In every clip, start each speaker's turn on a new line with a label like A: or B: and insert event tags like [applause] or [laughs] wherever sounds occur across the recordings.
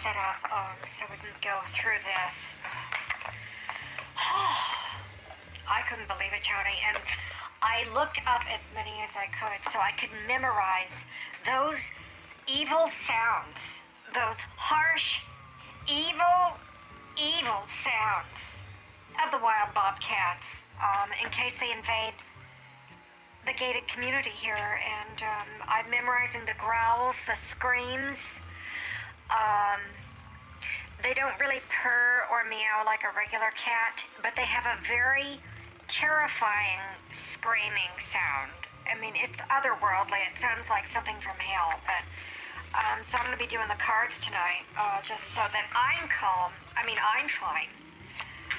A: set up um, so we can go through this. [sighs] I couldn't believe it, Johnny, and I looked up as many as I could so I could memorize those evil sounds, those harsh, evil, evil sounds of the wild bobcats um, in case they invade the gated community here, and um, I'm memorizing the growls, the screams. Um, they don't really purr or meow like a regular cat, but they have a very terrifying screaming sound. I mean, it's otherworldly. It sounds like something from hell, but. Um, so I'm going to be doing the cards tonight, uh, just so that I'm calm. I mean, I'm fine.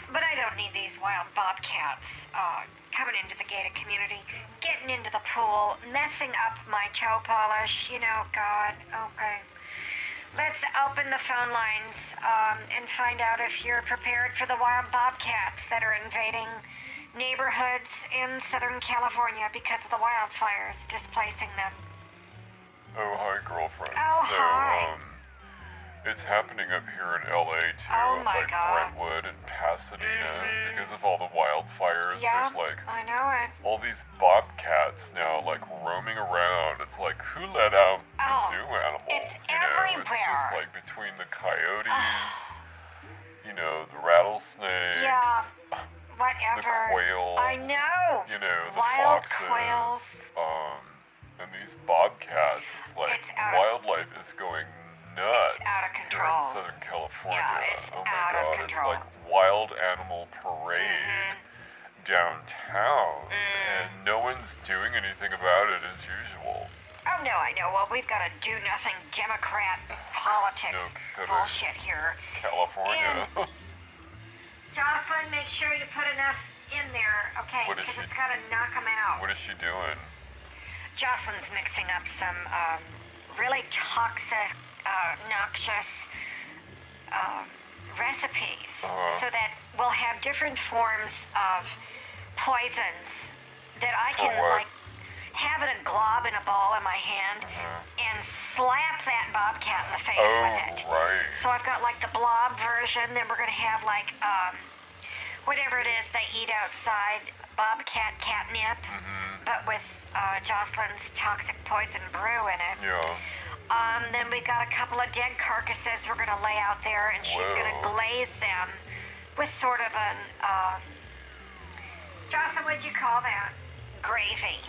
A: But I don't need these wild bobcats uh, coming into the gated community, getting into the pool, messing up my toe polish. You know, God, okay. Let's open the phone lines um, and find out if you're prepared for the wild bobcats that are invading neighborhoods in Southern California because of the wildfires displacing them.
B: Oh, hi, girlfriend.
A: Oh,
B: so,
A: hi.
B: um, it's happening up here in LA too,
A: Oh, my
B: like
A: God. Mm-hmm.
B: Brentwood and Pasadena, because of all the wildfires.
A: Yeah,
B: There's like
A: I know it.
B: all these bobcats now, like roaming around. It's like who let out the
A: Oh,
B: zoo animals?
A: it's
B: you know, it's just
A: everywhere.
B: like between
A: [sighs]
B: the coyotes, you know, the rattlesnakes.
A: Whatever.
B: the quails.
A: I know.
B: You know, the
A: Wild
B: foxes.
A: quails.
B: Um, and these bobcats. It's like
A: It's out of-
B: wildlife is going nuts
A: It's out of
B: here
A: control.
B: in Southern California.
A: Yeah, it's
B: oh my
A: out of
B: god, it's
A: control.
B: like wild animal parade
A: Mm-hmm. Mm.
B: downtown, and no one's doing anything about it as usual.
A: Oh no, I know. Well, we've got a do nothing
B: [laughs]
A: Democrat politics
B: No kidding.
A: bullshit here.
B: California.
A: Jonathan, make sure you put enough in there, okay?
B: What is
A: Because
B: she-
A: it's gotta knock them out.
B: [laughs] what is she doing?
A: Jocelyn's mixing up some um, really toxic, uh, noxious um, recipes
B: Uh-huh.
A: so that we'll have different forms of poisons that I
B: For
A: can,
B: what?
A: like, have in a glob in a ball in my hand and slap that bobcat in the face with
B: Uh-huh.
A: it.
B: Oh, right.
A: So I've got like the blob version, then we're gonna have like um, whatever it is they eat outside, bobcat catnip,
B: Mm-hmm.
A: but with uh, Jocelyn's toxic poison brew in it.
B: Yeah.
A: Um, then we got a couple of dead carcasses we're gonna lay out there, and she's gonna
B: Whoa.
A: glaze them with sort of an um, Jocelyn, what'd you call that? Gravy.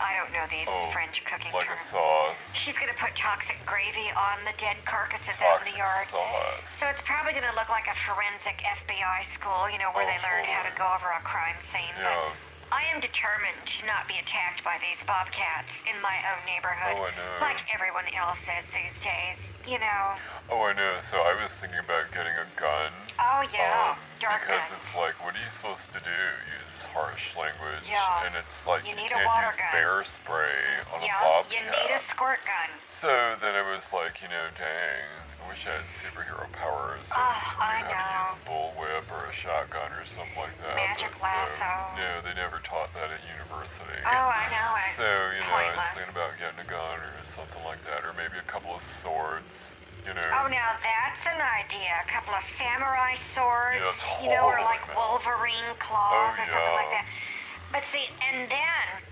A: I don't know these
B: Oh,
A: French cooking
B: Like a
A: terms.
B: sauce.
A: She's gonna put toxic gravy on the dead carcasses out in the
B: Toxic
A: yard.
B: sauce.
A: So it's probably going to look like a forensic FBI school, you know, where
B: Oh,
A: they learn how to
B: totally.
A: go over a crime scene.
B: Yeah.
A: But I am determined to not be attacked by these bobcats in my own neighborhood,
B: Oh, I know.
A: like everyone else is these days. You know.
B: Oh, I know. So I was thinking about getting a gun.
A: Oh yeah,
B: um,
A: dark
B: because
A: net.
B: it's like, what are you supposed to do? Use harsh language,
A: Yeah.
B: and it's like
A: You
B: you,
A: need a
B: can't
A: water
B: use
A: gun.
B: bear spray on a
A: Yeah, you
B: bobcat.
A: need a squirt gun.
B: so then I was like, you know, dang, I wish I had superhero powers. So
A: Ugh,
B: I
A: Ah, I
B: knew how to use
A: know.
B: a bullwhip or a shotgun or something like that.
A: Magic
B: but
A: lasso.
B: So, no, they never taught that at university.
A: Oh, I know it.
B: So, you know, I was
A: Pointless.
B: thinking about getting a gun or something like that, or maybe a couple of swords, you know.
A: Oh, now that's an idea. A couple of samurai swords,
B: Yeah,
A: you know, or
B: totally,
A: like
B: man.
A: Wolverine claws
B: Oh,
A: or something like
B: yeah.
A: that. But see, and then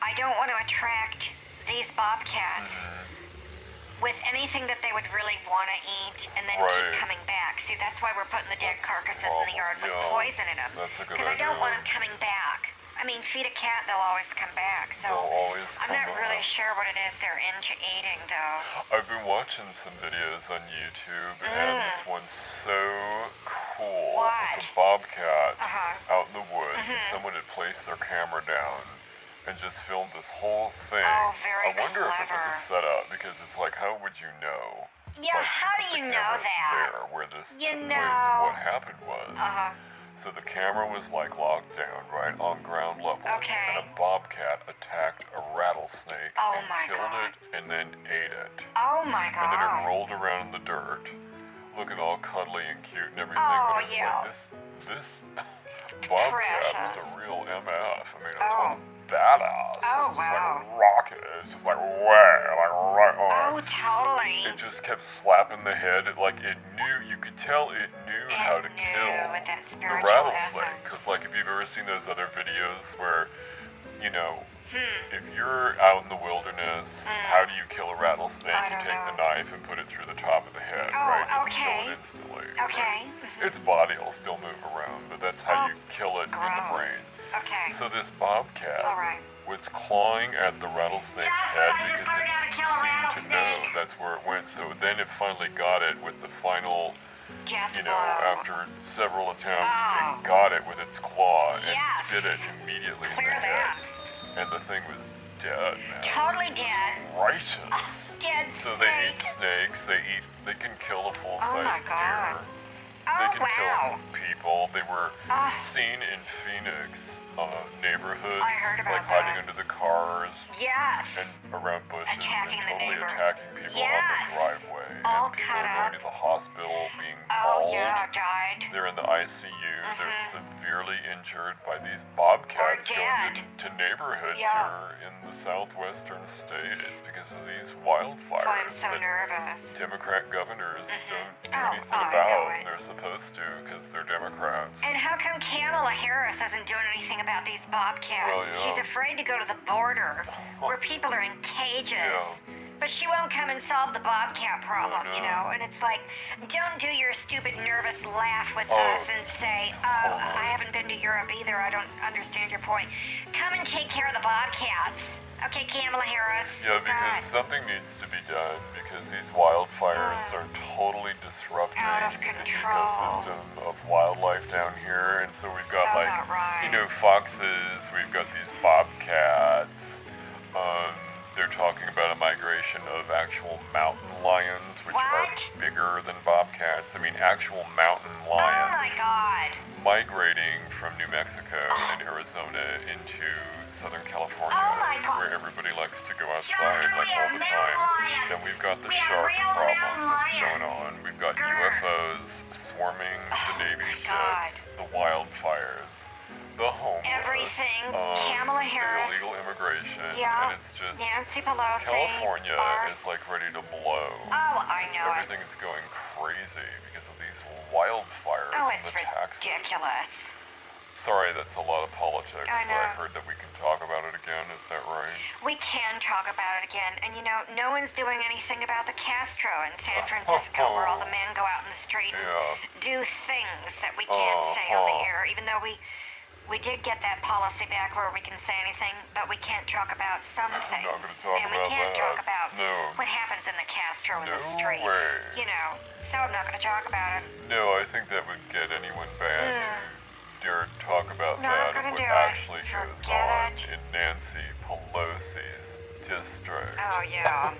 A: I don't want to attract these bobcats with anything that they would really want to eat and then
B: Mm-hmm. Right.
A: keep coming back. See, that's why we're putting the dead
B: That's the
A: carcasses in the
B: problem,
A: yard with
B: yeah.
A: poison in them.
B: That's a good
A: Because I don't
B: idea.
A: want them coming back. I mean, feed a cat, they'll always come back. So
B: They'll always
A: I'm
B: come
A: not really
B: back.
A: sure what it is they're into eating, though.
B: I've been watching some videos on YouTube, and this one's so cool.
A: Ah. What?
B: It's a bobcat
A: Uh-huh.
B: out in the woods, and someone had placed their camera down and just filmed this whole thing.
A: Oh, very
B: I wonder if it was
A: clever.
B: a setup because it's like, how would you know?
A: Yeah,
B: Like,
A: how
B: if
A: do you
B: the
A: know
B: camera's
A: that?
B: There, where this
A: You
B: took place
A: know.
B: and what happened was.
A: Uh-huh.
B: So the camera was like locked down, right on ground level,
A: Okay.
B: and a bobcat attacked a rattlesnake
A: Oh
B: and
A: my
B: killed
A: God.
B: it and then ate it.
A: Oh my
B: And then it
A: god.
B: rolled around in the dirt, looking all cuddly and cute and everything.
A: Oh,
B: but it's
A: yeah.
B: like this this [laughs] bobcat
A: Precious.
B: was a real MF. I mean, a
A: Oh.
B: total badass.
A: Oh,
B: it's just
A: wow.
B: like rocking. It's just like way, like right arm.
A: Oh, totally.
B: It just kept slapping the head. It, like it knew, you could tell it knew how to
A: knew with that
B: kill the
A: spiritual
B: rattlesnake.
A: essence.
B: Because like if you've ever seen those other videos where, you know,
A: Hmm.
B: if you're out in the wilderness, how do you kill a rattlesnake?
A: I
B: You
A: don't
B: take the
A: know.
B: knife and put it through the top of the head,
A: Oh,
B: right? You can kill
A: okay.
B: it instantly.
A: Okay. Mm-hmm.
B: Right? Its body will still move around, but that's how
A: Oh,
B: you kill it in the
A: gross.
B: brain.
A: Okay.
B: So this bobcat
A: All right.
B: was clawing at the rattlesnake's
A: Just
B: head
A: when I just
B: because
A: learned how to
B: it
A: kill a
B: seemed to know
A: rattlesnake.
B: that's where it went. So then it finally got it with the final,
A: Death
B: you know,
A: blow.
B: after several attempts,
A: Oh.
B: it got it with its claw and
A: Yes.
B: bit it immediately in
A: Clear
B: the head.
A: that.
B: And the thing was dead, man.
A: Totally dead.
B: Righteous.
A: Dead
B: So they eat
A: snake. Oh
B: snakes. They eat. They can kill a
A: my
B: full-sized
A: God.
B: deer. They
A: Oh,
B: can
A: wow.
B: kill people. They were
A: Ah.
B: seen in Phoenix uh, neighborhoods,
A: I heard about
B: like hiding
A: that.
B: under the cars
A: Yes.
B: and around bushes
A: Attacking the
B: and totally
A: neighbors.
B: attacking people
A: Yes.
B: on the driveway.
A: All
B: and people
A: cut
B: are
A: up.
B: going to the hospital, being
A: oh,
B: mauled.
A: yeah, Mm-hmm. died.
B: They're in the ICU. They're severely injured by these bobcats
A: Or
B: going
A: dead.
B: to, to neighborhoods
A: Yeah.
B: here in the southwestern states because of these
A: So I'm
B: wildfires
A: so
B: that
A: nervous.
B: Democrat governors don't do
A: Oh,
B: anything
A: oh, I know
B: about.
A: it.
B: They're supposed to because they're Democrats.
A: And how come Kamala Harris isn't doing anything about these bobcats?
B: Well, yeah.
A: She's afraid to go to the border where people are in cages.
B: Yeah.
A: But she won't come and solve the bobcat problem,
B: no.
A: you know? And it's like, don't do your stupid, nervous laugh with
B: Oh,
A: us and say, uh,
B: totally.
A: I haven't been to Europe either. I don't understand your point. Come and take care of the bobcats. Okay, Kamala Harris.
B: yeah,
A: God.
B: because something needs to be done because these wildfires are totally disrupting
A: Out of
B: the
A: control.
B: ecosystem of wildlife down here. And so we've got
A: So
B: like,
A: not right.
B: you know, foxes, we've got these bobcats. Um, they're talking about a migration of actual mountain lions, which
A: What?
B: are bigger than bobcats. I mean, actual mountain
A: Oh
B: lions.
A: my god.
B: migrating from New Mexico and Arizona into Southern California,
A: Oh my God.
B: where everybody likes to go outside
A: Sure,
B: like
A: we
B: all
A: are
B: the
A: mountain
B: time.
A: lions.
B: Then we've got the
A: We are
B: shark
A: real
B: problem
A: mountain
B: that's
A: lions.
B: going on. We've got
A: Grr.
B: UFOs swarming the Navy
A: Oh my God.
B: ships, the wildfires, the homeless,
A: Everything.
B: um,
A: Kamala Harris.
B: the illegal immigration,
A: Yeah.
B: and it's just
A: Nancy Pelosi.
B: California
A: are-
B: is like ready to blow.
A: Oh, I
B: Because
A: know it.
B: Everything is going crazy because of these wildfires
A: Oh,
B: and the
A: it's
B: taxes.
A: ridiculous.
B: Sorry, that's a lot of politics,
A: I
B: but I
A: know.
B: heard that we can talk about it again. Is
A: [laughs]
B: that right?
A: We can talk about it again. And you know, no one's doing anything about the Castro in
B: [laughs]
A: San Francisco where all the men go out in the street and
B: Yeah.
A: do things that we can't say on the
B: Uh-huh.
A: air, even though we we did get that policy back where we can say anything, but we can't talk about some things.
B: gonna talk
A: and we
B: about
A: can't
B: that.
A: talk about
B: No.
A: what happens in the Castro in the
B: No
A: streets.
B: way.
A: You know. So I'm not gonna talk about it.
B: No, I think that would get anyone bad to dare talk about
A: Not
B: that
A: gonna
B: and what
A: do it.
B: actually goes
A: Forget
B: on
A: it.
B: in Nancy Pelosi's district.
A: Oh yeah,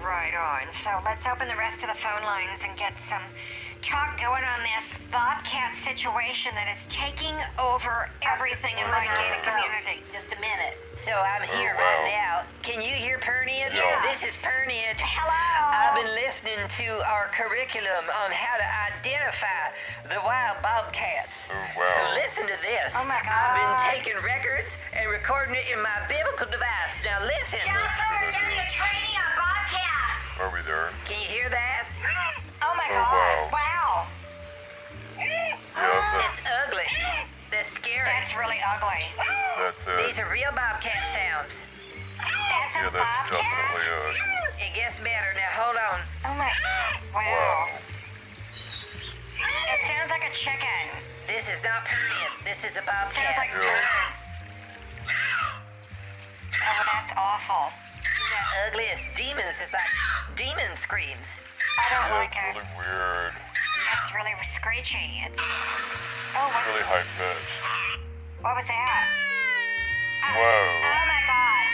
A: right on. So let's open the rest of the phone lines and get some talk going on this bobcat situation that is taking over everything in my gated community.
C: Just a minute. So I'm here
B: Oh, wow.
C: right now. Can you hear Pernian?
B: Yeah.
C: This is Pernian. I've
A: Hello.
C: been listening to our curriculum on how to identify the wild bobcats.
B: Oh, wow.
C: So listen to this.
A: Oh, my
C: I've been
A: God.
C: taking records and recording it in my biblical device. Now listen.
A: Jennifer, we're doing a training on bobcats.
B: Are we there?
C: Can you hear that?
A: Oh my
B: Oh,
A: God!
B: wow.
A: Wow, Oh,
B: Yeah,
C: That's
B: that's
C: ugly. That's scary.
A: that's really ugly.
B: that's
C: These
B: it.
C: are real bobcat sounds.
A: That's a
B: Yeah, that's
A: bobcat.
B: definitely it.
C: It gets better. Now hold on.
A: Oh my! Wow.
B: Wow.
A: It sounds like a chicken.
C: This is not Pernian. This is a
A: Sounds
C: bobcat.
A: like
B: Yeah.
A: birds. Oh, that's awful.
C: the ugliest demons. It's like demon screams.
A: I don't like
B: That's
A: it.
B: really weird.
A: That's really screechy. It's oh, what,
B: Really high pitched.
A: what was that?
B: Whoa.
A: Oh my god!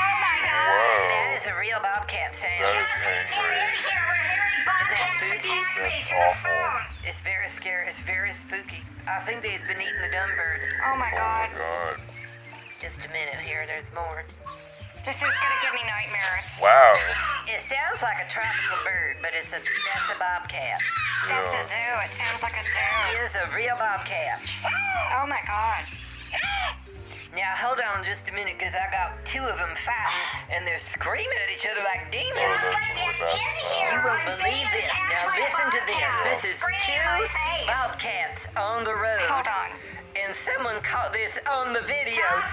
A: Oh my god!
B: Whoa.
C: That
A: oh
C: is a real bobcat sound.
B: That is angry.
A: Here, we're hearing bobcats
C: That's spooky.
A: attack me
B: That's
A: through the
B: awful.
A: phone.
C: It's very scary. It's very spooky. I think they've been eating the dumb birds.
A: Oh my
B: Oh
A: god!
B: my god.
C: Just a minute here. There's more.
A: This is gonna give me nightmares.
B: Wow.
C: It sounds like a tropical bird, but it's a that's a bobcat.
A: That's a
B: Yeah.
A: zoo. It sounds like a zoo.
C: It is a real bobcat.
A: Oh my god!
C: Now hold on just a minute, cause I got two of them fighting, and they're screaming at each other like
B: Oh,
C: demons.
B: that's what that sounds.
C: You won't believe this. Now listen to this. This is two bobcats on the road.
A: Hold on.
C: And someone caught this on the video.
A: Oh my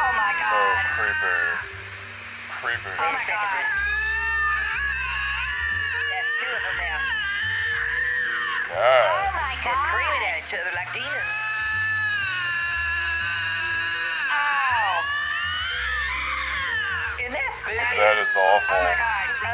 B: Oh,
A: god.
B: creeper. Creeper.
A: Oh my god.
C: That's two of them now.
A: Oh
B: God.
A: my
C: They're screaming
A: god.
C: at each other like demons.
A: Oh.
C: And that's spooky.
B: That is
A: Oh my
B: awful.
A: god.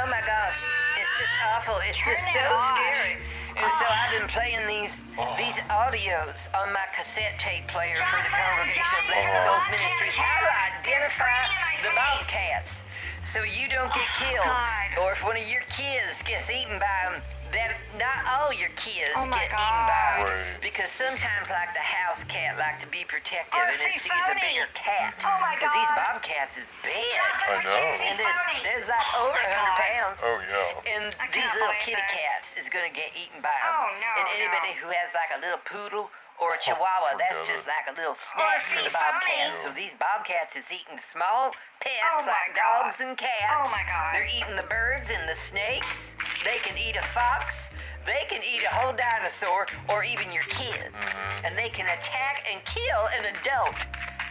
C: Oh my gosh, it's just awful. It's
A: Turn Oh.
C: just
A: that
C: so
A: off.
C: scary. And so I've been playing these these audios on my cassette tape player for the congregation of Blessed Souls Ministries. How to identify the bobcats so you don't get killed,
A: Oh, God.
C: or if one of your kids gets eaten by them. That not all your kids
A: Oh my
C: get eaten by
A: God.
C: 'em.
B: Right.
C: because sometimes like the house cat like to be protective
A: Or
C: and it
A: she's
C: sees a
A: phony.
C: bigger cat.
A: Oh my
C: Because these
A: God.
C: bobcats is big.
B: I know.
C: And there's, there's like over
A: my
C: 100
A: God.
C: pounds.
B: Oh, yeah.
C: And
A: I
C: these
A: can't
C: little
A: believe
C: kitty
A: this.
C: cats is gonna get eaten by 'em.
A: Oh, no,
C: And anybody
A: no.
C: who has like a little poodle or a chihuahua, that's
B: Oh, forget
C: just
B: it.
C: like a little snack for the
A: see, funny.
C: bobcats. So these bobcats is eating small pets
A: Oh, my
C: like
A: God.
C: dogs and cats.
A: Oh, my God.
C: They're eating the birds and the snakes. They can eat a fox. They can eat a whole dinosaur or even your kids.
B: Mm-hmm.
C: And they can attack and kill an adult.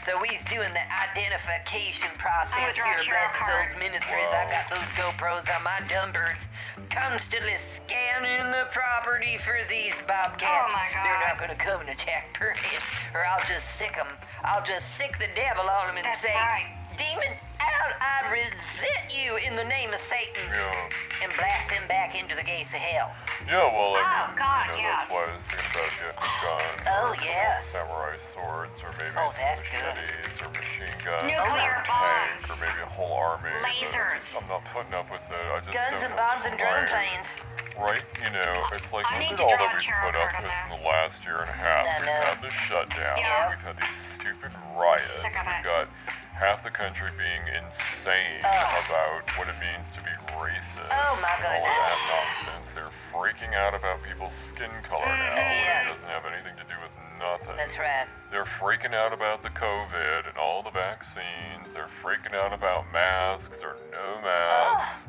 C: So we's doing the identification process
A: draw
C: here
A: a
C: at
A: tarot
C: Blessed
A: card.
C: Souls Ministries. I got those GoPros on my dumb birds. Constantly scanning the property for these bobcats.
A: Oh, my God.
C: They're not going to come and attack, period. Or I'll just sick them. I'll just sick the devil on them and
A: That's
C: say,
A: right.
C: Demon out, I resent you in the name of Satan.
B: Yeah.
C: And blast him back into the gates of hell.
B: Yeah, well, I
A: Oh,
B: mean,
A: God,
B: you know,
A: yes.
B: that's why I was thinking about getting a gun.
C: Oh,
B: or a couple
C: yes.
B: Samurai swords, or maybe
C: Oh,
B: some
C: that's good.
B: machetes, or machine guns,
A: Nuclear
B: or a tank,
A: bombs.
B: or maybe a whole army. but I
A: Lasers.
B: just- I'm not putting up with it. I just
C: Guns
B: don't
C: and
B: have
C: bombs and
B: time.
C: drone planes.
B: Right? You know, it's like,
A: I
B: look
A: need
B: at
A: to
B: all
A: draw a
B: that we've
A: tarot
B: put up
A: card on
B: with
A: that.
B: in the last year and a half.
C: I
B: We've
C: know.
B: had the shutdown.
A: Yeah.
B: We've had these stupid riots.
A: Sick of it.
B: We've got half the country being insane about what it means to be racist.
C: Oh, my
B: and all of
C: goodness.
B: that nonsense. They're freaking out about people's skin color
A: Mm,
B: now.
C: Yeah.
B: It doesn't have anything to do with nothing.
C: That's right.
B: They're freaking out about the COVID and all the vaccines. They're freaking out about masks or no masks.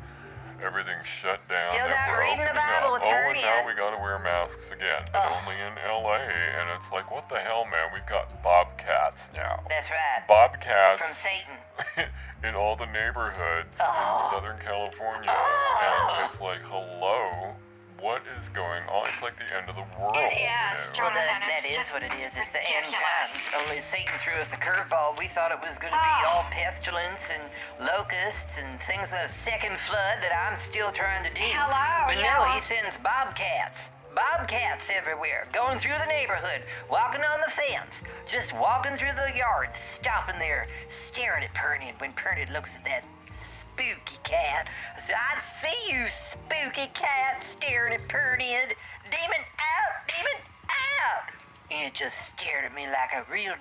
B: Everything's shut down.
C: Still
B: Then
C: not
B: we're
C: reading the
B: opening
C: Bible.
B: up.
C: It's
B: Oh,
C: burning.
B: and now we gotta wear masks again, but only in LA. And it's like, what the hell, man? We've got bobcats now.
C: That's right. From
B: Bobcats
C: Satan.
B: [laughs] in all the neighborhoods in Southern California. And it's like, hello, what is going on? It's like the end of the world.
A: It is,
B: you know?
A: John.
C: Well, that,
A: Jonathan,
C: that
A: it's
C: is
A: just
C: what it is. It's the end
A: ridiculous.
C: times. Only Satan threw us a curveball. We thought it was going to be
A: Ah.
C: all pestilence and locusts and things like a second flood that I'm still trying to do.
A: Hello,
C: But no,
A: yeah.
C: he sends bobcats. Bobcats everywhere, going through the neighborhood, walking on the fence, just walking through the yard, stopping there, staring at Pernod when Pernod looks at that spooky cat. I said, I see you, spooky cat, staring at Pernod. Demon out, demon out! And it just stared at me like a real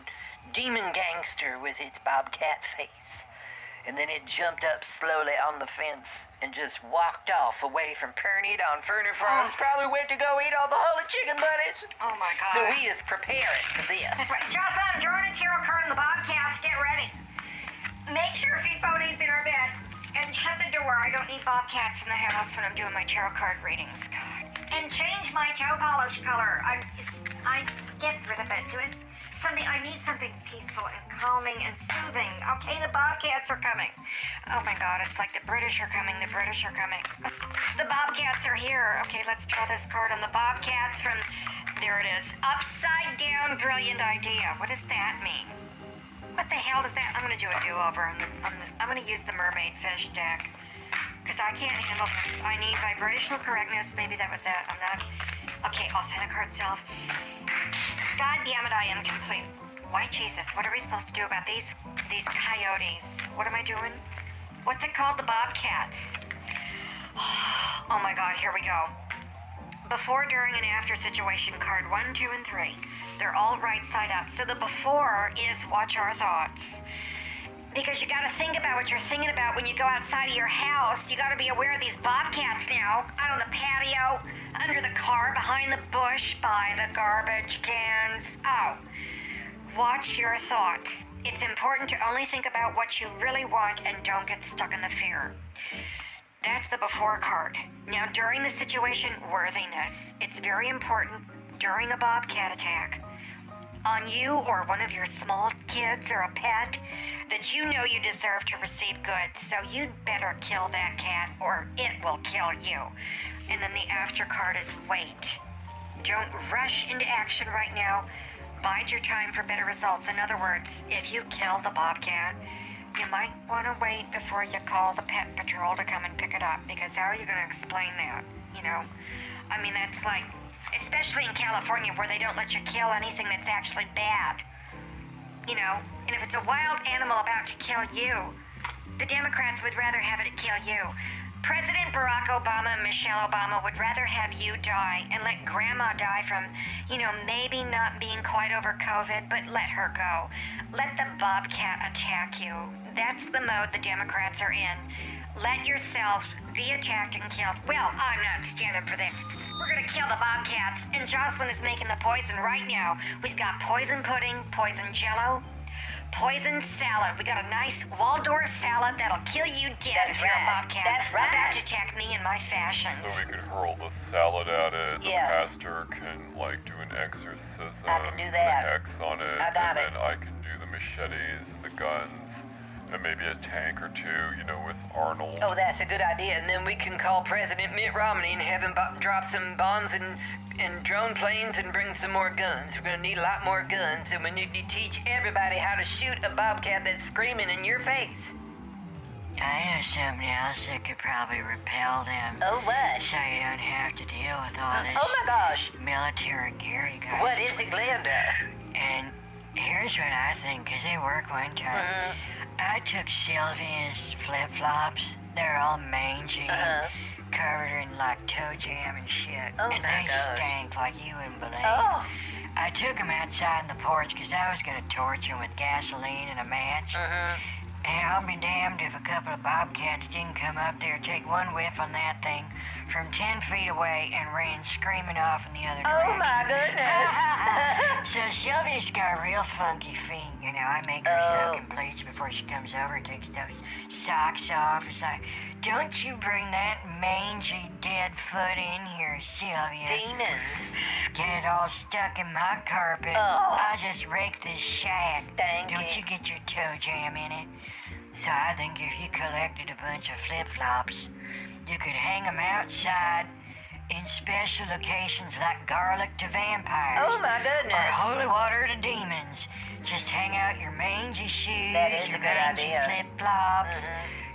C: demon gangster with its bobcat face. And then it jumped up slowly on the fence and just walked off away from Pernod on Ferner Farms. Probably went to go eat all the holy chicken buddies.
A: Ah. Oh my god.
C: So we is preparing for this.
A: That's right. Just I'm drawing a tarot card on the Bobcats. Get ready. Make sure Fifoni's in our bed and shut the door. I don't need Bobcats in the house when I'm doing my tarot card readings. God. And change my toe polish color. I, I get rid of it. Do it. Something. I need something peaceful and calming and soothing. Okay, the Bobcats are coming. Oh my God! It's like the British are coming. The British are coming. [laughs] The Bobcats are here. Okay, let's draw this card on the Bobcats from. There it is. Upside down, brilliant idea. What does that mean? What the hell does that? I'm gonna do a do-over. On the, on the, I'm gonna use the mermaid fish deck because I can't handle this. I need vibrational correctness. Maybe that was it. I'm not. Okay, I'll send a card self. God damn it, I am complete. Why Jesus? What are we supposed to do about these these coyotes? What am I doing? What's it called? The bobcats. [sighs] Oh my God! Here we go. Before, during, and after situation card one, two, and three. They're all right side up. So the before is watch our thoughts. Because you gotta think about what you're thinking about when you go outside of your house. You gotta be aware of these bobcats now. Out on the patio, under the car, behind the bush, by the garbage cans. Oh. Watch your thoughts. It's important to only think about what you really want and don't get stuck in the fear. That's the before card. Now, during the situation, worthiness. It's very important during a bobcat attack on you or one of your small kids or a pet that you know you deserve to receive goods, so you'd better kill that cat or it will kill you. And then the after card is wait. Don't rush into action right now. Bide your time for better results. In other words, if you kill the bobcat, you might want to wait before you call the pet patrol to come and pick it up because how are you going to explain that? You know? I mean, that's like, especially in California where they don't let you kill anything that's actually bad. You know? And if it's a wild animal about to kill you, the Democrats would rather have it kill you. President Barack Obama and Michelle Obama would rather have you die and let grandma die from, you know, maybe not being quite over COVID, but let her go. Let the bobcat attack you. That's the mode the Democrats are in. Let yourself be attacked and killed. Well, I'm not standing for this. We're gonna kill the bobcats, and Jocelyn is making the poison right now. We've got poison pudding, poison jello, Poison salad. We got a nice Waldorf salad that'll kill you dead
C: That's
A: if you're
C: right.
A: a bobcat.
C: That's right.
A: About to attack me in my fashion.
B: So we could hurl the salad at it. The
C: Yes.
B: pastor can like do an exorcism.
C: I can do
B: with
C: that.
B: A hex on it.
C: I got
B: and
C: it.
B: then I can do the machetes and the guns, and maybe a tank or two. You know, with Arnold.
C: Oh, that's a good idea. And then we can call President Mitt Romney and have him bo- drop some bombs and, and drone planes and bring some more guns. We're going to need a lot more guns, and we need to teach everybody how to shoot a bobcat that's screaming in your face.
A: I know something else that could probably repel them.
C: Oh, what?
A: So you don't have to deal with all this
C: Oh, my gosh.
A: military gear you got.
C: What is it, Glenda?
A: And here's what I think, 'cause they work one time. I took Sylvia's flip flops. They're all mangy,
C: Uh-huh.
A: covered in like toe jam and shit.
C: Oh,
A: and
C: my
A: they
C: gosh.
A: stank like you wouldn't believe.
C: Oh.
A: I took them outside in the porch 'cause I was going to torch them with gasoline and a match.
C: Mm-hmm.
A: And I'll be damned if a couple of bobcats didn't come up there, take one whiff on that thing from 10 feet away, and ran screaming off in the other direction. [laughs]
C: Oh, my goodness.
A: So Sylvia's got real funky feet, you know. I make her
C: Oh.
A: soak and bleach before she comes over and takes those socks off. It's like, don't you bring that mangy dead foot in here, Sylvia.
C: Demons.
A: Get it all stuck in my carpet.
C: Oh.
A: I just rake this shag.
C: Stank
A: Don't
C: it.
A: you get your toe jam in it? So I think if you collected a bunch of flip flops, you could hang them outside in special locations like garlic to vampires.
C: Oh, my
A: Or
C: goodness.
A: holy water to demons. Just hang out your mangy shoes.
C: That is
A: your
C: a good idea. Mm-hmm.
A: Flip flops.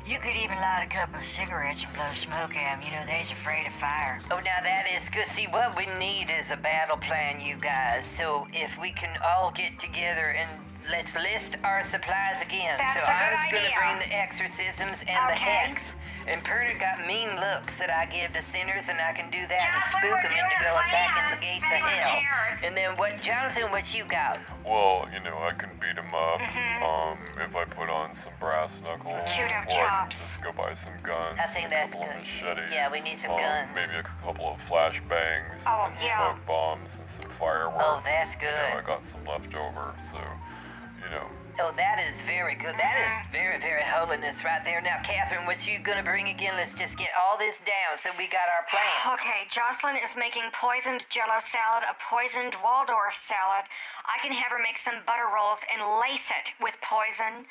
A: You could even light a couple of cigarettes and blow smoke at them. You know, they's afraid of fire.
C: Oh, now that is good. See, what we need is a battle plan, you guys. So if we can all get together and let's list our supplies again.
A: That's
C: so
A: a
C: I
A: good
C: was gonna
A: idea.
C: bring the exorcisms and the
A: Okay.
C: hex. And Perna got mean looks that I give to sinners, and I can do that and
A: Jocelyn,
C: spook
A: we're
C: them
A: doing
C: into
A: a
C: going back in
A: plan.
C: the gates of
A: Anyone
C: hell.
A: cares?
C: And then what, Jonathan? What you got?
B: Well, you know, I can beat him up
C: Mm-hmm.
B: um, if I put on some brass knuckles,
A: Shoot him
B: or I can
A: chops.
B: just go buy some guns.
C: I think
B: and a
C: that's
B: couple
C: good.
B: Of machetes,
C: Yeah, we need some
B: um,
C: guns.
B: Maybe a couple of flashbangs
A: Oh,
B: and
A: yeah.
B: smoke bombs and some fireworks.
C: Oh, that's
B: You know,
C: good.
B: I got some left over, so you know.
C: Oh, that is very good.
A: Uh-huh.
C: That is very, very holiness right there. Now, Catherine, what you gonna bring again? Let's just get all this down so we got our plan.
A: Okay, Jocelyn is making poisoned jello salad, a poisoned Waldorf salad. I can have her make some butter rolls and lace it with poison.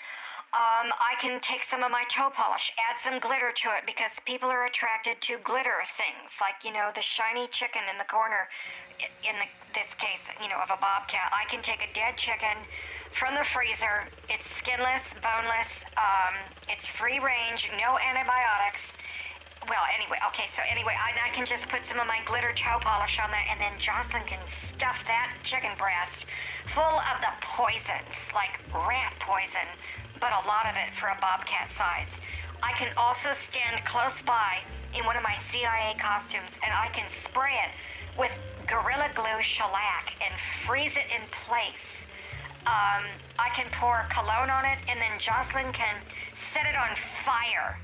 A: Um, I can take some of my toe polish, add some glitter to it because people are attracted to glitter things, like, you know, the shiny chicken in the corner. i- In the, this case, you know, of a bobcat, I can take a dead chicken from the freezer. It's skinless, boneless, um, it's free range, no antibiotics. Well, anyway, okay, so anyway, I, I can just put some of my glitter toe polish on that, and then Jocelyn can stuff that chicken breast full of the poisons, like rat poison, but a lot of it for a bobcat size. I can also stand close by in one of my CIA costumes, and I can spray it with Gorilla Glue shellac and freeze it in place. Um, I can pour cologne on it, and then Jocelyn can set it on fire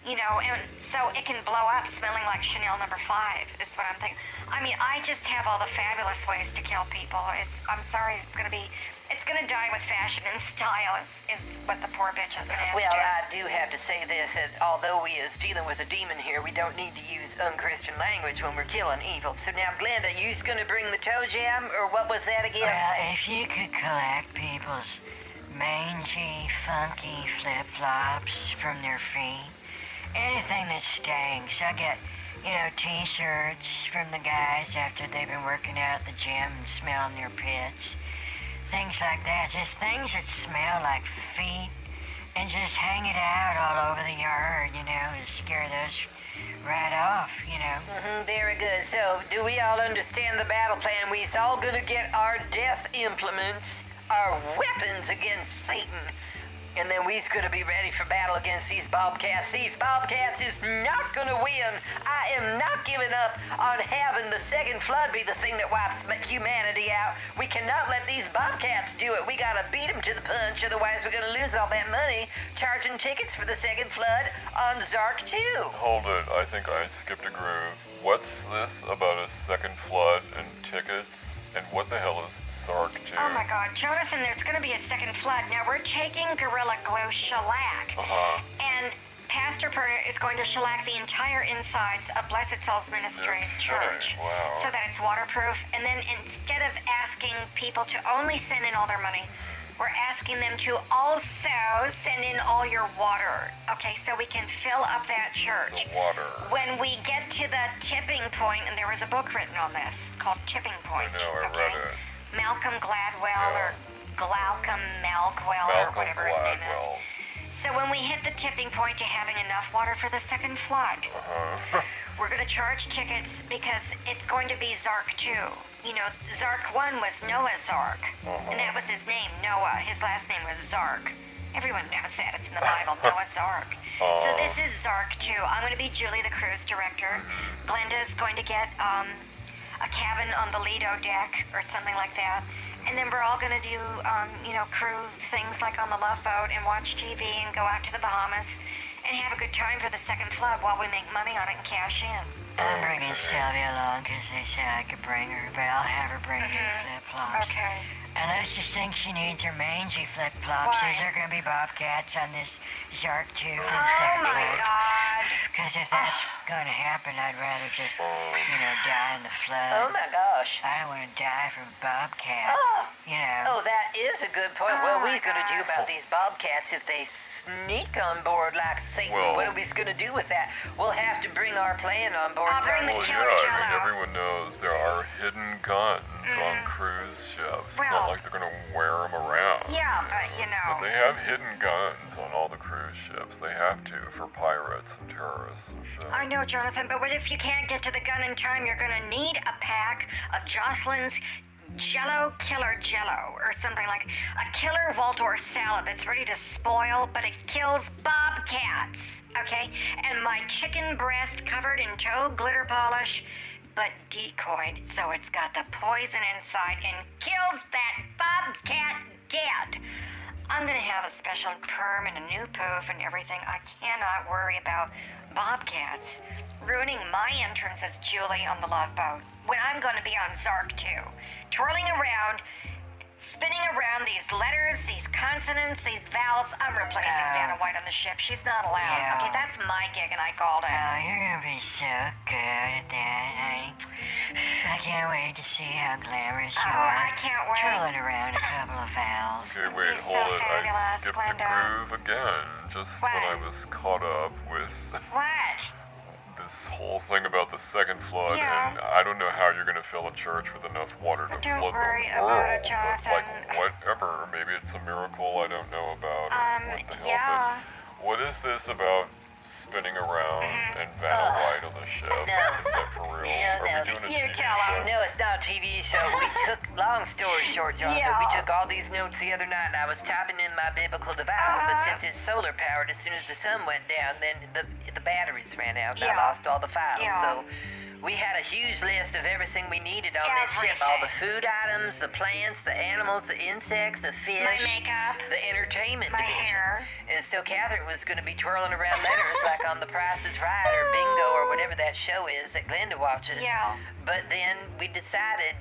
D: you know, and so it can blow up smelling like Chanel number five, is what I'm thinking. I mean, I just have all the fabulous ways to kill people. It's, I'm sorry, it's gonna be, it's gonna die with fashion and style, is, is what the poor bitch is gonna have
C: Well,
D: to
C: I do
D: do.
C: have to say this that although we is dealing with a demon here, we don't need to use unchristian language when we're killing evil. So now, Glenda, you's gonna bring the toe jam, or what was that again?
A: Well, if you could collect people's mangy, funky flip flops from their feet, anything that stinks. I get, you know, t shirts from the guys after they've been working out at the gym and smelling their pits. Things like that. Just things that smell like feet. And just hang it out all over the yard, you know, to scare those right off, you know.
C: Mhm, very good. So, do we all understand the battle plan? We's all gonna get our death implements, our weapons against Satan. And then we's gonna be ready for battle against these bobcats. These bobcats is not gonna win. I am not giving up on having the second flood be the thing that wipes ma- humanity out. We cannot let these bobcats do it. We gotta beat them to the punch, otherwise we're gonna lose all that money charging tickets for the second flood on Zark 2.
B: Hold it, I think I skipped a groove. What's this about a second flood and tickets? And what the hell is Sark 2?
D: Oh my god, Jonathan, there's gonna be a second flood. Now we're taking Gorilla Glue shellac.
B: Uh-huh.
D: And Pastor Perna is going to shellac the entire insides of Blessed Souls Ministries
B: Okay,
D: church.
B: wow.
D: So that it's waterproof. And then instead of asking people to only send in all their money, we're asking them to also send in all your water. Okay, so we can fill up that church.
B: The water.
D: When we get to the tipping point, and there was a book written on this called Tipping Point.
B: know, I
D: okay?
B: read it.
D: Malcolm Gladwell
B: Yeah.
D: or Glaucum Malkwell or
B: Malcolm
D: whatever his name
B: Gladwell.
D: is. So when we hit the tipping point to having enough water for the second flood, we're going to charge tickets because it's going to be Zark 2. You know, Zark 1 was Noah Zark, and that was his name, Noah. His last name was Zark. Everyone knows that. It's in the Bible, Noah Zark. So this is Zark 2. I'm going to be Julie, the cruise director. Glenda's going to get um, a cabin on the Lido deck or something like that. And then we're all going to do, um, you know, crew things like on the Love Boat and watch TV and go out to the Bahamas and have a good time for the second flood while we make money on it and cash in.
A: I'm bringing Sylvia along 'cause they said I could bring her, but I'll have her bring her flip flops.
D: Okay.
A: Unless you think she needs her mangy flip flops,
D: Why?
A: is there gonna be bobcats on this Zark 2 for the
D: Oh
A: second
D: my God. Oh.
A: Because if that's gonna happen, I'd rather just, you know, die in the
C: Oh
A: flood.
C: my gosh.
A: I don't wanna die from bobcat.
C: Oh.
A: You know.
C: Oh, that is a good point.
D: Oh,
C: what
D: my
C: we gonna do
D: gosh.
C: about these bobcats if they sneak on board like Satan?
B: Well-
C: what are we gonna do with that? We'll have to bring our plan on board.
D: I'll bring
C: Zark.
D: the
B: Well,
D: killer
B: yeah, I mean,
D: jello.
B: everyone knows there are hidden guns on cruise ships. it's
D: Mm. Well-
B: not like they're going to wear them around.
D: Yeah, but you
B: But
D: know.
B: they have hidden guns on all the cruise ships. They have to for pirates and terrorists and shit.
D: I know, Jonathan, but what if you can't get to the gun in time? You're gonna need a pack of Jocelyn's Jello Killer Jello or something like a killer Waldorf salad that's ready to spoil, but it kills bobcats. Okay, and my chicken breast covered in toe glitter polish, but decoyed, so it's got the poison inside and kills that bobcat dead. I'm gonna have a special perm and a new poof and everything. I cannot worry about bobcats ruining my entrance as Julie on the love boat when I'm gonna be on Zark 2, twirling around, spinning around these letters, these consonants, these vowels. I'm replacing
A: Yeah.
D: Vanna White on the ship. She's not allowed.
A: Yeah.
D: Okay, that's my gig, and I called it.
A: Oh, you're gonna be so good at that, honey. I can't wait to see how glamorous you
D: Oh,
A: are.
D: I can't wait.
A: Twirling around a couple of vowels.
B: Okay, wait,
D: He's so
B: hold it. I
D: fabulous,
B: skipped
D: Glenda.
B: a groove again just when
D: What?
B: I was caught up with
D: What?
B: this whole thing about the second flood,
D: Yeah.
B: and I don't know how you're going to fill a church with enough water to
D: Don't
B: flood
D: worry
B: the
D: about
B: world.
D: it,
B: But like,
D: Jonathan.
B: whatever. Maybe it's a miracle I don't know about. or
D: Um,
B: what the hell?
D: yeah.
B: But what is this about spinning around
D: Mm-hmm.
B: and Vanna White on the ship? Is that for real? Are we doing a
C: you
B: TV
C: tell
B: show? [laughs]
C: him. No, it's not a TV show.
D: [laughs]
C: We took, long story short, Jonathan, we
D: Yeah.
C: took all these notes the other night and I was typing in my biblical device, but
D: Uh-huh.
C: since it's solar powered, as soon as the sun went down, then the, the batteries ran out and
D: Yeah.
C: I lost all the files.
D: Yeah.
C: So We had a huge list of everything we needed on this ship. All the food items, the plants, the animals, the insects, the fish.
D: My makeup.
C: The entertainment
D: My
C: division.
D: hair.
C: And so Catherine was going to be twirling around letters like on The Price is Right or Bingo or whatever that show is that Glenda watches.
D: Yeah.
C: But then we decided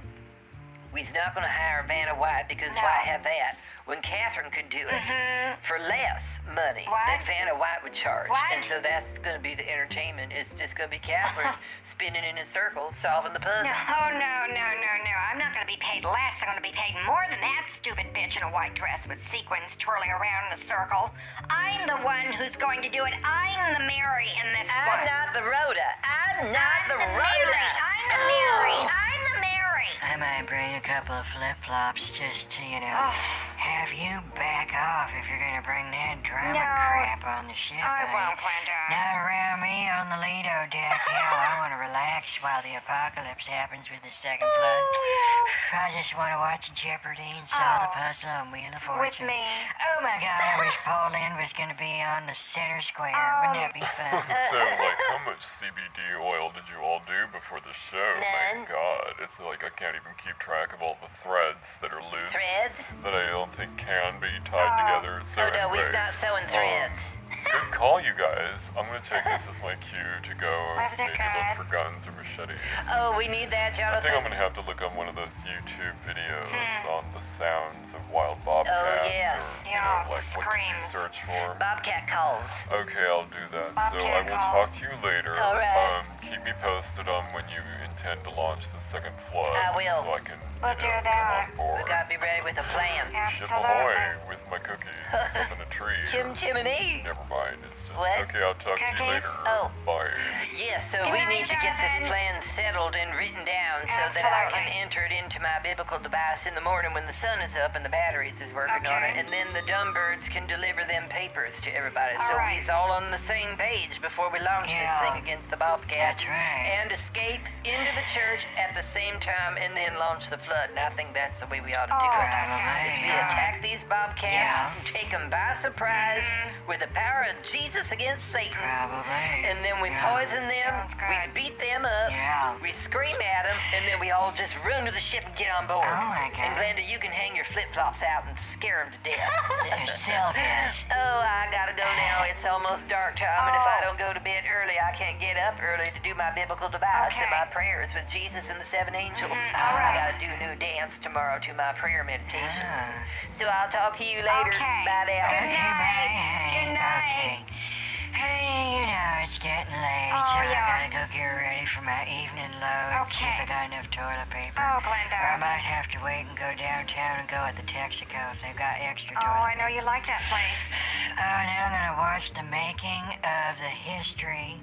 C: we's not going to hire Vanna White because
D: No. Mm-hmm.
C: why have that when Catherine could do it for less money
D: What?
C: than Vanna White would charge.
D: What?
C: And so that's going to be the entertainment. It's just going to be
D: [laughs]
C: Catherine spinning in a circle, solving the puzzle.
D: No, oh, no, no, no, no. I'm not going to be paid less. I'm going to be paid more than that stupid bitch in a white dress with sequins twirling around in a circle. I'm the one who's going to do it. I'm the Mary in this
C: I'm
D: one.
C: not the Rhoda. I'm not
D: I'm
C: the,
D: the
C: Rhoda.
D: Mary. I'm the Mary.
C: [gasps]
D: I'm the Mary.
A: I might bring a couple of flip flops just to, you know, have you back off if you're gonna bring that drama
D: No.
A: crap on the ship.
D: I
A: buddy.
D: won't, Glenda.
A: Not around me on the Lido deck. Hell, I want to relax while the apocalypse happens with the second flood. I just want to watch Jeopardy and solve the
D: Oh.
A: puzzle on Wheel of
D: With
A: Fortune.
D: me.
A: Oh my God! I
D: [laughs]
A: wish Poland was gonna be on the center square. Wouldn't that be
D: Oh. Uh,
A: fun?
C: [laughs]
B: so,
D: [laughs]
B: like, how much CBD oil did you all do before the show? My
C: None.
B: God, it's like I can't even keep track of all the threads that are loose.
C: Threads?
B: That I don't think can be tied together. So
C: Oh no,
B: anyway,
C: we's
B: Um,
C: not sewing threads.
B: Good call, you guys. I'm gonna take this as my cue to
C: [laughs]
B: go
D: Was it
B: maybe
D: good?
B: look for guns or machetes.
C: Oh, we need
B: I
C: that,
B: think I'm
C: Jonathan.
B: gonna have to look up one of those YouTube videos on the sounds of wild bobcats
C: Hmm. Oh, yes.
B: or you
D: Yeah,
B: know, like what did you
D: screams.
B: search for?
C: Bobcat calls.
B: Okay, I'll do that. so I
D: Bobcat
B: will
D: call.
B: talk to you later.
C: All right.
B: Um, keep me posted on when you intend to launch the second flood.
C: I will.
B: So I can you
D: We'll
B: know,
D: do that.
B: come on board.
C: We gotta be ready with a plan.
B: Ship
D: Absolutely.
B: ahoy with my cookies. I'm in a tree.
C: Chim chimney.
B: Never mind. It's just
C: What?
B: okay. I'll talk to
D: Cookies?
B: you later.
C: Oh.
B: Bye.
C: Yes, so
D: Good
C: we need
D: night,
C: to get this
D: Jonathan.
C: plan settled and written down so that I can
D: Absolutely.
C: enter it into my biblical device in the morning when the sun is up and the batteries is working on it.
D: Okay.
C: And then the dumb birds can deliver them papers to everybody. so
D: All right.
C: we's all on the same page before we launch this
A: Yeah.
C: thing against the Bobcat.
A: That's right.
C: And escape into the church at the same time and then launch the flood. And I think that's the way we ought to do
D: Oh,
C: it.
D: that sounds
C: Is we
A: Yeah.
C: attack these Bobcats
A: Yeah.
C: and take them by surprise
D: Mm-hmm.
C: with the power of Jesus against Satan.
A: Probably.
C: And then we
A: Yeah.
C: poison them,
D: Sounds
C: we
D: good.
C: beat them up,
A: Yeah.
C: we scream at them, and then we all just run to the ship and get on board.
A: Oh, my God.
C: And Glenda, you can hang your flip flops out and scare them to death. [laughs]
A: They're selfish.
C: oh, I gotta go now. It's almost dark time, and if I
D: Oh.
C: don't go to bed early, I can't get up early to do my biblical device and
D: Okay. Mm-hmm.
C: my prayers with Jesus and the seven angels.
D: all
C: I
D: right.
C: gotta do a new dance tomorrow to my prayer meditation.
A: Ah.
C: So I'll talk to you later.
D: Okay.
C: Bye now.
D: Good night. Good night.
A: Okay. Honey, you know it's getting late,
D: Oh,
A: so
D: yeah.
A: I gotta go get ready for my evening load. See if I
D: Okay.
A: got enough toilet paper.
D: Oh,
A: Or I
D: Glenda.
A: might have to wait and go downtown and go at the Texaco if they've got extra
D: Oh, I
A: toilet.
D: know you like that place.
A: Oh, now I'm gonna watch the making of the history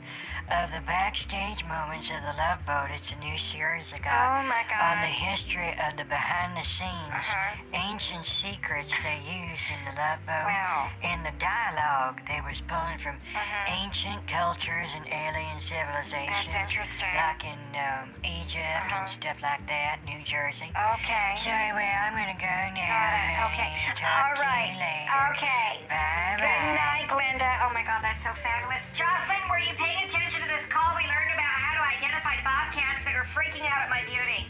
A: of the backstage moments of the Love Boat. It's a new series I got
D: Oh, my
A: on the
D: God.
A: history of the behind the scenes
D: Uh-huh.
A: ancient secrets they used in the Love Boat.
D: Wow. Uh-huh.
A: In the dialogue, they was pulling from ancient cultures and alien civilizations.
D: interesting. Uh-huh.
A: Like in um, Egypt and stuff like that, New Jersey.
D: Okay.
A: So anyway, I'm gonna go now.
D: Oh, Got it.
A: honey.
D: Okay.
A: Talk
D: All
A: to
D: right.
A: You later.
D: Okay.
A: Bye
D: Good
A: bye.
D: night, Glenda. Oh my God, that's so fabulous. Jocelyn, were you paying attention to this call? We learned about how to identify bobcats that are freaking out at my beauty.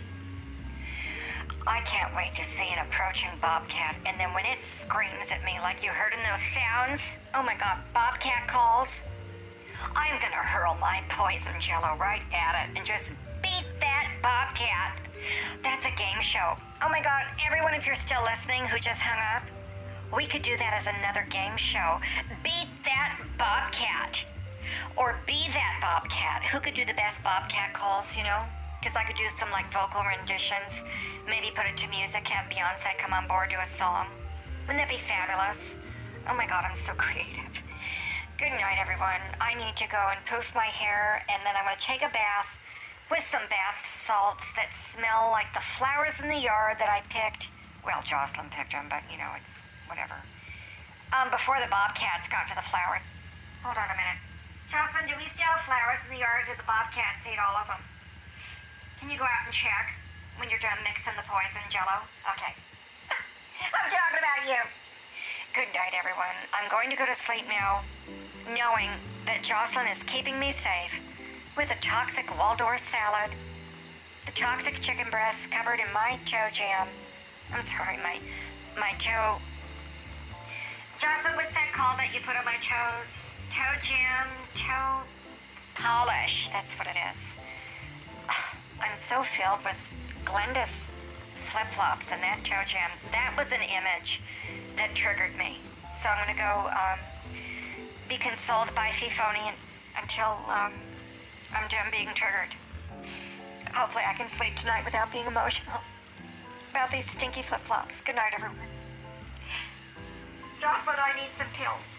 D: I can't wait to see an approaching bobcat, and then when it screams at me like you heard in those sounds, oh my God, bobcat calls. I'm gonna hurl my poison jello right at it and just beat that bobcat. That's a game show. Oh my god, everyone, if you're still listening who just hung up, we could do that as another game show. Beat that bobcat. Or be that bobcat. Who could do the best bobcat calls, you know? Because I could do some like vocal renditions, maybe put it to music, have Beyonce come on board, do a song. Wouldn't that be fabulous? Oh my god, I'm so [laughs] creative. Good night, everyone. I need to go and poof my hair, and then I'm gonna take a bath with some bath salts that smell like the flowers in the yard that I picked. Well, Jocelyn picked them, but you know, it's whatever. Um, before the bobcats got to the flowers. Hold on a minute. Jocelyn, do we still have flowers in the yard? or Did the bobcats eat all of them? Can you go out and check when you're done mixing the poison jello? Okay. [laughs] I'm talking about you. Good night, everyone. I'm going to go to sleep now, knowing that Jocelyn is keeping me safe with a toxic Waldorf salad, the toxic chicken breasts covered in my cho jam. I'm sorry, my my cho. Jocelyn, what's that called that you put on my toes? Toe jam, toe polish. That's what it is. I'm so filled with Glenda's flip flops and that toe jam. That was an image that triggered me. So I'm gonna go um, be consoled by Fifoni until um, I'm done being triggered. Hopefully, I can sleep tonight without being emotional about these stinky flip flops. Good night, everyone. Jocelyn, I need some pills.